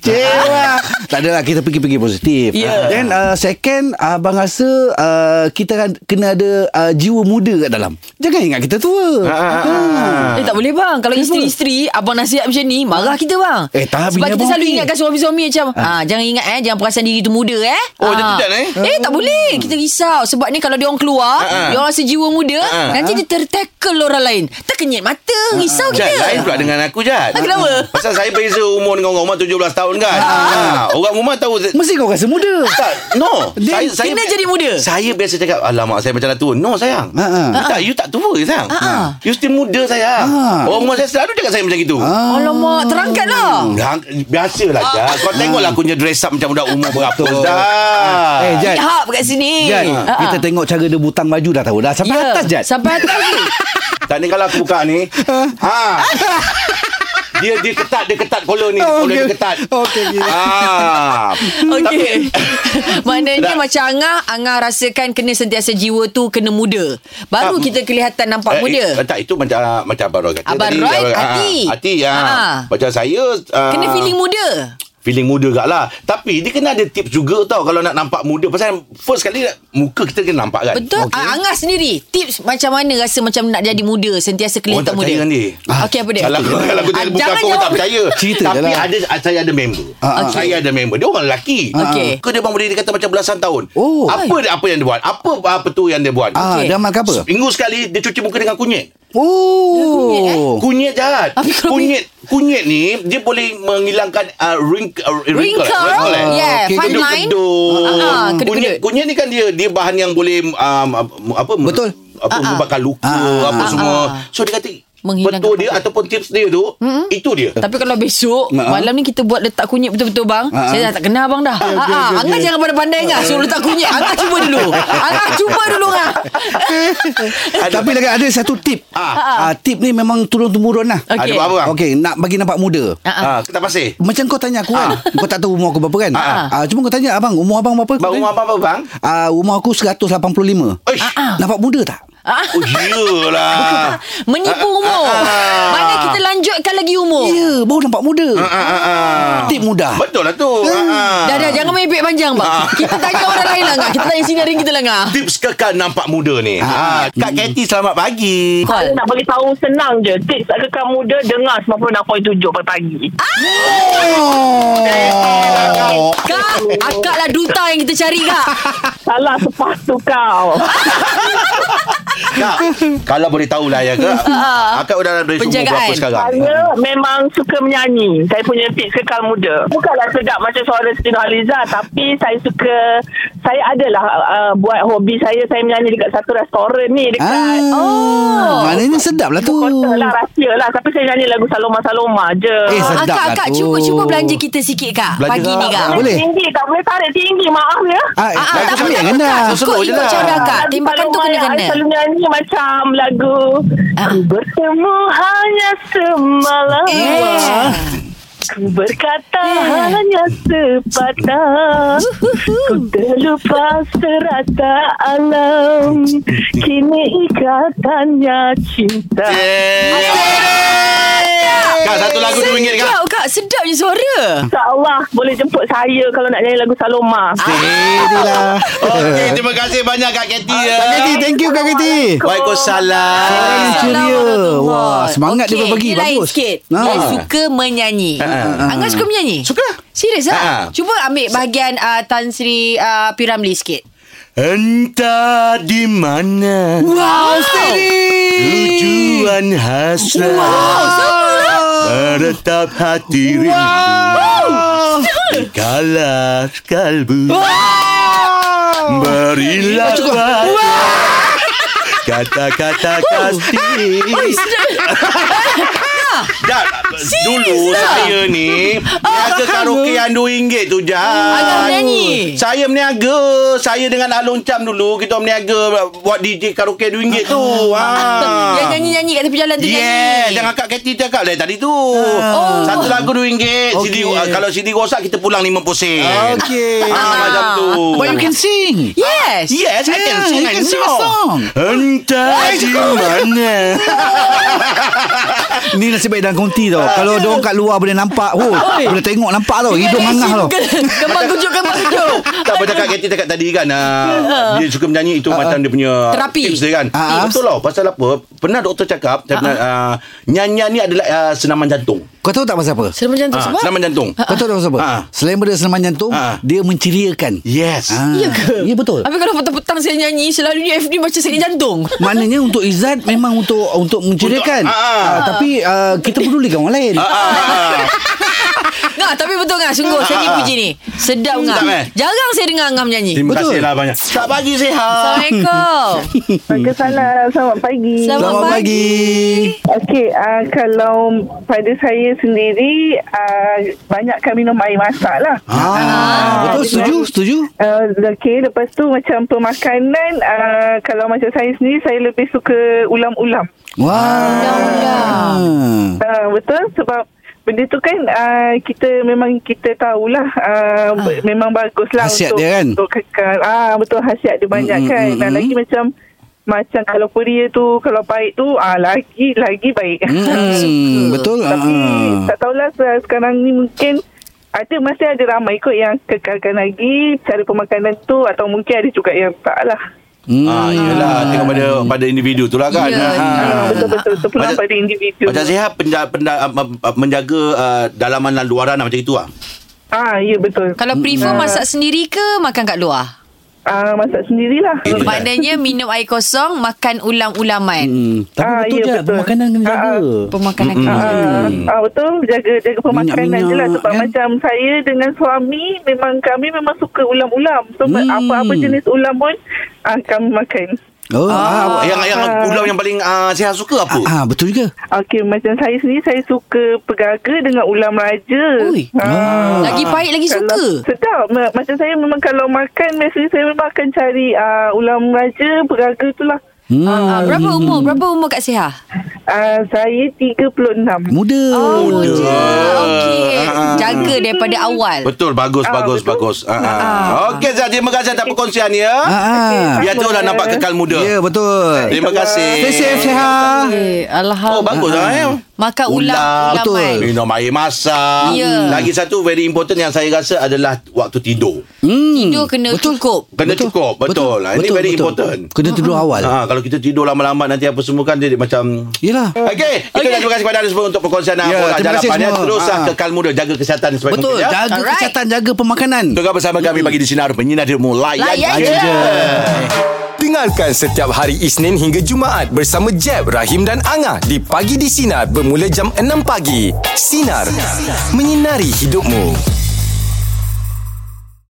[SPEAKER 2] Ah.
[SPEAKER 3] Cewa. tak adalah kita fikir-fikir positif.
[SPEAKER 4] Ya.
[SPEAKER 3] Then uh, second abang rasa uh, kita kan- kena ada uh, jiwa muda kat dalam. Jangan ingat kita tua.
[SPEAKER 2] Ah, ah, ah,
[SPEAKER 4] Hmm.
[SPEAKER 2] ah.
[SPEAKER 4] Eh tak boleh bang Kalau isteri-isteri Abang nasihat macam ni Marah kita bang
[SPEAKER 3] Eh, tak, Ha.
[SPEAKER 4] Sebab
[SPEAKER 3] bini
[SPEAKER 4] kita
[SPEAKER 3] abang
[SPEAKER 4] selalu
[SPEAKER 3] okey.
[SPEAKER 4] ingatkan suami-suami macam ah jangan ingat eh jangan perasan diri tu muda eh.
[SPEAKER 2] Oh,
[SPEAKER 4] Ah.
[SPEAKER 2] dia tidak, eh?
[SPEAKER 4] Eh tak boleh. Kita risau sebab ni kalau dia orang keluar,
[SPEAKER 2] Ah, ah.
[SPEAKER 4] dia orang sejiwa muda,
[SPEAKER 2] Ah, ah.
[SPEAKER 4] nanti dia tertackle orang lain. Terkenyit mata, risau
[SPEAKER 2] Ha, Jad, lain
[SPEAKER 4] kita.
[SPEAKER 2] pula dengan aku, Jad.
[SPEAKER 4] Ah, kenapa? Ah,
[SPEAKER 2] Pasal saya beza umur dengan orang rumah 17 tahun kan. Ha. Orang rumah tahu...
[SPEAKER 3] Mesti kau rasa muda.
[SPEAKER 2] Tak, no.
[SPEAKER 3] Dia-
[SPEAKER 4] kena jadi muda. Ah,
[SPEAKER 2] Saya biasa cakap, alamak saya macam dah tua. No, sayang.
[SPEAKER 3] Ha, ha.
[SPEAKER 2] You tak, you tak tua, sayang.
[SPEAKER 4] ha.
[SPEAKER 2] You still muda, sayang.
[SPEAKER 3] Ha.
[SPEAKER 4] Ah.
[SPEAKER 2] Orang rumah saya selalu cakap saya macam gitu.
[SPEAKER 4] Alamak, terangkatlah.
[SPEAKER 2] Yang biasalah je. Kau tengoklah aku punya dress up macam budak umur berapa
[SPEAKER 3] Betul.
[SPEAKER 2] dah.
[SPEAKER 3] Eh, Jad.
[SPEAKER 4] Hap kat sini.
[SPEAKER 3] Jad,
[SPEAKER 4] Ah, ah.
[SPEAKER 3] kita tengok cara dia butang baju dah tahu dah. Sampai
[SPEAKER 4] Ya,
[SPEAKER 3] atas, Jad.
[SPEAKER 4] Sampai atas ni.
[SPEAKER 2] Tak ni kalau aku buka ni. ha. Dia dia ketat, dia ketat kolor ni.
[SPEAKER 3] Oh,
[SPEAKER 2] Kolor dia
[SPEAKER 3] okey.
[SPEAKER 2] ketat.
[SPEAKER 3] Okey, okey.
[SPEAKER 2] Ah.
[SPEAKER 4] Okey. Maknanya
[SPEAKER 2] Tak.
[SPEAKER 4] macam Angah, Angah rasakan kena sentiasa jiwa tu kena muda. Baru
[SPEAKER 2] Tak.
[SPEAKER 4] kita kelihatan
[SPEAKER 2] Eh, eh,
[SPEAKER 4] nampak muda.
[SPEAKER 2] tak itu macam macam Abang Roy kata
[SPEAKER 4] Abang
[SPEAKER 2] tadi.
[SPEAKER 4] Roy,
[SPEAKER 2] Abang-
[SPEAKER 4] hati.
[SPEAKER 2] ah, Hati ya.
[SPEAKER 4] Ha.
[SPEAKER 2] Macam saya ah,
[SPEAKER 4] Kena feeling muda.
[SPEAKER 2] Feeling muda gak lah Tapi dia kena ada tips juga tau Kalau nak nampak muda Pasal first kali Muka kita kena nampak kan
[SPEAKER 4] Betul. Okay. Angah sendiri tips macam mana rasa macam nak jadi muda, sentiasa
[SPEAKER 2] Orang
[SPEAKER 4] kelihatan
[SPEAKER 2] tak
[SPEAKER 4] muda. Ah,
[SPEAKER 2] percaya kan dia
[SPEAKER 4] Okey apa dia?
[SPEAKER 2] Kalau aku, kalau aku
[SPEAKER 4] Ah,
[SPEAKER 2] tanya muka
[SPEAKER 4] jangan
[SPEAKER 2] aku Orang tak
[SPEAKER 4] jawab. Ah,
[SPEAKER 2] percaya
[SPEAKER 3] Cerita
[SPEAKER 2] Tapi
[SPEAKER 3] je lah.
[SPEAKER 2] ada, saya ada member
[SPEAKER 4] Okey.
[SPEAKER 2] Saya ada member Dia orang lelaki
[SPEAKER 4] Ah, Okey.
[SPEAKER 2] Muka dia bang boleh dikata Macam belasan tahun
[SPEAKER 3] Oh.
[SPEAKER 2] Apa dia, apa yang dia buat Apa apa tu yang dia buat
[SPEAKER 3] Ah,
[SPEAKER 4] Okey.
[SPEAKER 3] dia amalkan apa?
[SPEAKER 2] Minggu sekali Dia cuci muka dengan kunyit
[SPEAKER 4] eh?
[SPEAKER 3] Oh.
[SPEAKER 2] Kunyit jahat
[SPEAKER 4] Habis kalau
[SPEAKER 2] Kunyit Kunyit ni Dia boleh menghilangkan uh, Wrinkle uh,
[SPEAKER 4] Wrinkle. ah. Oh,
[SPEAKER 2] eh?
[SPEAKER 4] Yeah,
[SPEAKER 3] Okey,
[SPEAKER 4] fine line.
[SPEAKER 2] Kedut-kedut
[SPEAKER 4] Ah, ah, kedut-kedut.
[SPEAKER 2] Kunyit Kunyit ni kan dia Dia bahan yang boleh um, Apa
[SPEAKER 3] Betul.
[SPEAKER 2] Apa
[SPEAKER 4] Ah, ah.
[SPEAKER 2] membakar luka
[SPEAKER 3] Ah,
[SPEAKER 2] Apa
[SPEAKER 4] ah,
[SPEAKER 2] semua
[SPEAKER 4] ah.
[SPEAKER 2] So dia kata
[SPEAKER 4] Menghilangkan
[SPEAKER 2] Betul dia
[SPEAKER 4] pakai.
[SPEAKER 2] Ataupun tips dia tu Itu dia
[SPEAKER 4] Tapi kalau besok
[SPEAKER 3] Ha-ha.
[SPEAKER 4] Malam ni kita buat letak kunyit betul-betul bang
[SPEAKER 3] Ha-ha.
[SPEAKER 4] Saya dah tak kenal abang dah okay, okay, okay, Angah jangan pandai-pandai Angah Suruh letak kunyit Angah cuba dulu Angah cuba dulu Angah
[SPEAKER 3] Tapi lagi ada satu tip. Ah, tip ni memang turun-temurun lah.
[SPEAKER 4] Okey.
[SPEAKER 2] Ada Ah, buat apa bang
[SPEAKER 3] Okey, nak bagi nampak muda.
[SPEAKER 2] Ah, Kita pasir
[SPEAKER 3] Macam kau tanya aku kan Kau tak tahu umur aku berapa kan
[SPEAKER 2] Ah.
[SPEAKER 3] ah, Cuma kau tanya Abang umur abang Eh. berapa
[SPEAKER 2] Bang rumah apa bang
[SPEAKER 3] ah, Umur aku 185
[SPEAKER 2] Oish
[SPEAKER 3] Nampak muda tak?
[SPEAKER 4] Ah,
[SPEAKER 2] Oh yelah
[SPEAKER 4] Menipu umur
[SPEAKER 2] Ah, ah.
[SPEAKER 4] Mana kita lanjutkan lagi
[SPEAKER 3] Ya
[SPEAKER 4] umur
[SPEAKER 3] yeah, baru nampak muda
[SPEAKER 2] Ah, ah, ah, ah.
[SPEAKER 3] Tip mudah
[SPEAKER 2] Betul lah tu Ah, ah.
[SPEAKER 4] Hmm. Dah dah jangan main beg panjang bang Kita tanya orang lain lah Angah Kita tanya sinarin kita lah Angah
[SPEAKER 2] Tips kekal nampak muda ni ah, Kak Katie selamat pagi
[SPEAKER 4] Call
[SPEAKER 5] Nak bagi tahu senang je Tips kekal muda Dengar 96.7 pagi-pagi
[SPEAKER 3] oh.
[SPEAKER 4] Kak Akak lah duta yang kita cari kak
[SPEAKER 5] Salah sepatu kau
[SPEAKER 2] Kak, kalau boleh tahulah ya kak. Akak dah dari umur
[SPEAKER 4] Ah, Penjagaan.
[SPEAKER 2] berapa sekarang?
[SPEAKER 5] Saya memang suka menyanyi Saya punya tips kekal muda Bukanlah sedap macam suara Siti Nurhaliza Tapi saya suka Saya adalah uh, buat hobi saya Saya menyanyi dekat satu restoran ni Dekat
[SPEAKER 3] Ah, oh. Maknanya sedap lah tu
[SPEAKER 5] Kota lah rahsia lah Tapi saya nyanyi lagu Saloma-Saloma je
[SPEAKER 3] Eh, sedap
[SPEAKER 4] Akak
[SPEAKER 3] lah
[SPEAKER 4] akak
[SPEAKER 3] tu.
[SPEAKER 4] cuba cuba belanja kita sikit kak
[SPEAKER 2] Belanja,
[SPEAKER 4] Pagi ni
[SPEAKER 2] Kak.
[SPEAKER 4] kak
[SPEAKER 5] Tak
[SPEAKER 3] boleh?
[SPEAKER 5] Tinggi tak boleh tarik tinggi Maaf ya
[SPEAKER 3] Ah,
[SPEAKER 4] Ah, ah,
[SPEAKER 3] lagu
[SPEAKER 4] tak
[SPEAKER 3] kami
[SPEAKER 4] apa, tak
[SPEAKER 3] yang
[SPEAKER 4] apa,
[SPEAKER 3] anda.
[SPEAKER 4] Kak. Ikut,
[SPEAKER 2] Slow je
[SPEAKER 4] ikut
[SPEAKER 2] lah.
[SPEAKER 4] cara Kak.
[SPEAKER 5] Tapi
[SPEAKER 4] Tembakan
[SPEAKER 5] kalau
[SPEAKER 4] tu
[SPEAKER 5] Maya, Ah. I
[SPEAKER 4] kena-kena.
[SPEAKER 5] selalu nyanyi macam lagu
[SPEAKER 4] Ah.
[SPEAKER 5] Ku bertemu hanya semalam
[SPEAKER 4] Eh.
[SPEAKER 5] Ku berkata hanya sepatah
[SPEAKER 4] Uh.
[SPEAKER 5] Ku terlupa serata alam Kini ikatannya cinta
[SPEAKER 2] Kak, satu lagu RM2 kak.
[SPEAKER 4] Sedap kak Sedap je suara
[SPEAKER 5] InsyaAllah boleh jemput saya kalau nak nyanyi lagu Saloma
[SPEAKER 4] Ah,
[SPEAKER 3] Jadilah
[SPEAKER 2] Okey, terima kasih banyak Kak Katie ya.
[SPEAKER 3] Kak Keti thank you Kak Keti
[SPEAKER 2] Waalaikumsalam.
[SPEAKER 3] Ah, ceria. Wah, semangat dia berbagi.
[SPEAKER 4] Dia lain
[SPEAKER 3] Bagus.
[SPEAKER 4] sikit
[SPEAKER 3] Ah.
[SPEAKER 4] Dia suka menyanyi
[SPEAKER 2] Ha,
[SPEAKER 4] Angah suka menyanyi?
[SPEAKER 2] Suka.
[SPEAKER 4] Serius
[SPEAKER 2] Ah.
[SPEAKER 4] lah? Cuba ambil bahagian ah, Tan Sri ah, Piramli sikit
[SPEAKER 2] Entah di mana
[SPEAKER 4] Wow
[SPEAKER 2] tujuan hasrat. Meretap hati rindu. Dikala kalbu. Berilah pada kata-kata kasih. Jad, dulu
[SPEAKER 4] lah.
[SPEAKER 2] saya ni Niaga karaoke yang RM2 tu
[SPEAKER 4] Agak
[SPEAKER 2] Jad
[SPEAKER 4] menyanyi.
[SPEAKER 2] Saya meniaga Saya dengan Alon Cham dulu Kita meniaga Buat DJ karaoke RM2 tu ha.
[SPEAKER 4] Yang nyanyi-nyanyi kat tepi jalan tu
[SPEAKER 2] Yeah,
[SPEAKER 4] nyanyi
[SPEAKER 2] jangan Kak Katie cakap lah tadi tu.
[SPEAKER 4] Ah.
[SPEAKER 2] Satu
[SPEAKER 4] Oh.
[SPEAKER 2] lagu RM2. Okay. CD,
[SPEAKER 3] Okey.
[SPEAKER 2] uh, kalau CD rosak kita pulang RM50.
[SPEAKER 3] Okay
[SPEAKER 2] Ah, macam tu.
[SPEAKER 3] But you can sing
[SPEAKER 4] Yes
[SPEAKER 2] Yes, I can
[SPEAKER 3] Yeah,
[SPEAKER 2] sing.
[SPEAKER 3] you
[SPEAKER 2] I
[SPEAKER 3] can sing a
[SPEAKER 2] know.
[SPEAKER 3] song.
[SPEAKER 2] Entah di mana.
[SPEAKER 3] Ni nasib baik dalam konti tau. Kalau dia orang kat luar boleh nampak. Oh, boleh tengok nampak
[SPEAKER 2] Oh,
[SPEAKER 3] tau. Hidung hangah
[SPEAKER 2] lah.
[SPEAKER 3] tau.
[SPEAKER 4] Kembang kujuk, kembang kujuk.
[SPEAKER 2] Tak apa cakap Katie cakap tadi kan ah, Dia suka menyanyi Itu macam dia punya
[SPEAKER 4] Terapi.
[SPEAKER 2] Tips dia kan
[SPEAKER 3] Ah, ah.
[SPEAKER 2] Betul lah Pasal apa Pernah doktor cakap uh Nyanyian ni adalah ah, Senaman jantung
[SPEAKER 3] Kau tahu tak pasal apa?
[SPEAKER 4] Seram jantung
[SPEAKER 2] Ah,
[SPEAKER 4] sebab?
[SPEAKER 2] Senaman jantung
[SPEAKER 3] Kau tahu tak pasal apa?
[SPEAKER 2] Ha.
[SPEAKER 3] Selain daripada senaman jantung,
[SPEAKER 2] Ha.
[SPEAKER 3] dia menceriakan.
[SPEAKER 2] Yes
[SPEAKER 3] Ah,
[SPEAKER 4] Ya ke?
[SPEAKER 3] Ya betul.
[SPEAKER 4] Habis kalau petang-petang saya nyanyi Selalunya FD macam sakit jantung
[SPEAKER 3] Maknanya untuk Izzat memang untuk untuk menceriakan.
[SPEAKER 2] Untuk- ah, ah.
[SPEAKER 3] Ah, tapi ah, kita pedulikan orang lain.
[SPEAKER 2] Ah,
[SPEAKER 4] Nah, Ha, tapi betul ngah Sungguh saya ni puji ni Sedap ngah
[SPEAKER 2] Sedap, eh?
[SPEAKER 4] Jarang saya dengar ngam nyanyi
[SPEAKER 2] Terima
[SPEAKER 3] Betul.
[SPEAKER 2] kasih lah banyak Tak pagi sihat
[SPEAKER 4] Assalamualaikum
[SPEAKER 6] Waalaikumsalam. Selamat pagi.
[SPEAKER 4] Selamat
[SPEAKER 3] Selamat pagi.
[SPEAKER 6] Okey, uh, kalau pada saya sendiri uh, banyakkan minum air masak lah.
[SPEAKER 3] Ah, betul setuju, setuju.
[SPEAKER 6] Uh, okay, lepas tu macam pemakanan uh, kalau macam saya sendiri saya lebih suka ulam-ulam.
[SPEAKER 3] Wah.
[SPEAKER 6] Uh, betul sebab benda tu kan uh, kita memang kita tahulah uh, ah. memang baguslah
[SPEAKER 3] Khasiat
[SPEAKER 6] untuk
[SPEAKER 3] dia kan?
[SPEAKER 6] untuk kekal. Ah betul khasiat dia banyak
[SPEAKER 3] Mm,
[SPEAKER 6] mm, kan.
[SPEAKER 3] mm,
[SPEAKER 6] Dan
[SPEAKER 3] mm.
[SPEAKER 6] lagi macam macam kalau peria tu kalau baik tu ah lagi lagi baik.
[SPEAKER 3] Hmm, betul.
[SPEAKER 6] Tapi
[SPEAKER 3] Ah.
[SPEAKER 6] tak tahulah se- sekarang ni mungkin ada masih ada ramai kot yang kekalkan lagi cara pemakanan tu atau mungkin ada juga yang tak lah.
[SPEAKER 3] Hmm.
[SPEAKER 2] Ah, yelah Tengok pada pada individu tu lah kan
[SPEAKER 4] Ya,
[SPEAKER 2] Ah.
[SPEAKER 6] Ah, Betul-betul terpulang
[SPEAKER 2] Macam-
[SPEAKER 6] pada individu.
[SPEAKER 2] Macam sihat penja, penja, ah, menjaga ah, dalaman dan luaran lah, macam itu lah
[SPEAKER 6] Ah, ya betul.
[SPEAKER 4] Kalau prefer masak sendiri ke Makan kat luar
[SPEAKER 6] Ah, masak sendirilah.
[SPEAKER 2] Eh,
[SPEAKER 4] Maknanya minum air kosong Makan ulam-ulaman
[SPEAKER 3] Hmm, tapi
[SPEAKER 6] Ah,
[SPEAKER 3] betul
[SPEAKER 6] ya,
[SPEAKER 3] je
[SPEAKER 6] betul.
[SPEAKER 3] Pemakanan kena jaga
[SPEAKER 4] Pemakanan kita
[SPEAKER 6] Ah, ah, betul jaga jaga pemakanan je lah
[SPEAKER 3] Minyak-minyak, Hmm.
[SPEAKER 6] sebab
[SPEAKER 3] kan?
[SPEAKER 6] macam saya dengan suami memang kami memang suka ulam-ulam. So
[SPEAKER 3] Hmm.
[SPEAKER 6] apa-apa jenis ulam pun ah, kami makan.
[SPEAKER 3] Oh, ah,
[SPEAKER 2] Yang yang ulam yang paling ah, sihat suka apa?
[SPEAKER 3] ah, ah, Betul juga
[SPEAKER 6] Okey macam saya sendiri saya suka pegaga dengan ulam raja.
[SPEAKER 4] Ui.
[SPEAKER 3] Ah.
[SPEAKER 4] Lagi pahit lagi
[SPEAKER 6] Kalau-
[SPEAKER 4] suka
[SPEAKER 6] Sedap. Ma- Macam saya memang kalau makan biasanya saya memang akan cari uh, ulam raja pegaga tu lah.
[SPEAKER 3] hmm.
[SPEAKER 4] Ah, Berapa umur Berapa umur Kak Seha
[SPEAKER 6] Uh, saya 36.
[SPEAKER 3] Muda Ah, Ya,
[SPEAKER 4] Oh je Okey
[SPEAKER 2] Ah.
[SPEAKER 4] Jaga daripada awal
[SPEAKER 2] Betul, bagus,
[SPEAKER 6] Ah,
[SPEAKER 2] bagus,
[SPEAKER 6] betul.
[SPEAKER 2] bagus. Ah, ah. Okey, Zah, terima kasih atas perkongsian ya.
[SPEAKER 3] ah, ah.
[SPEAKER 2] Biar tu lah nampak kekal muda.
[SPEAKER 3] Ya betul
[SPEAKER 2] Terima kasih.
[SPEAKER 3] Stay safe Seha
[SPEAKER 4] Eh,
[SPEAKER 2] Oh,
[SPEAKER 4] Alhamdulillah
[SPEAKER 2] bagus lah eh.
[SPEAKER 4] Makan ulam
[SPEAKER 2] Ulam,
[SPEAKER 4] Ulaman
[SPEAKER 2] Minum air masak.
[SPEAKER 4] Ya.
[SPEAKER 2] Lagi satu very important yang saya rasa adalah waktu tidur.
[SPEAKER 4] Tidur kena cukup
[SPEAKER 2] Kena cukup, betul. lah. Ini very important.
[SPEAKER 3] Kena tidur awal
[SPEAKER 2] Ah, kalau kita tidur lama-lama nanti apa semua kan dia macam
[SPEAKER 3] Yelah
[SPEAKER 2] Okey, kita okay. terima kasih kepada anda semua untuk perkongsian
[SPEAKER 3] Ya,
[SPEAKER 2] yeah,
[SPEAKER 3] terima kasih
[SPEAKER 2] harapan. Ya.
[SPEAKER 3] semua.
[SPEAKER 2] Teruslah
[SPEAKER 3] Ah.
[SPEAKER 2] kekal muda, jaga kesihatan sebaik
[SPEAKER 3] Betul
[SPEAKER 2] mungkin. ya.
[SPEAKER 3] Jaga
[SPEAKER 4] Alright.
[SPEAKER 3] kesihatan Jaga pemakanan
[SPEAKER 2] Tengah bersama kami bagi di Sinar Penyinar Dirimu Layan,
[SPEAKER 4] Layan
[SPEAKER 2] je.
[SPEAKER 4] je.
[SPEAKER 1] Dengarkan setiap hari Isnin hingga Jumaat bersama Jeb, Rahim dan Angah di Pagi di Sinar bermula jam 6 pagi. Sinar. Menyinari hidupmu.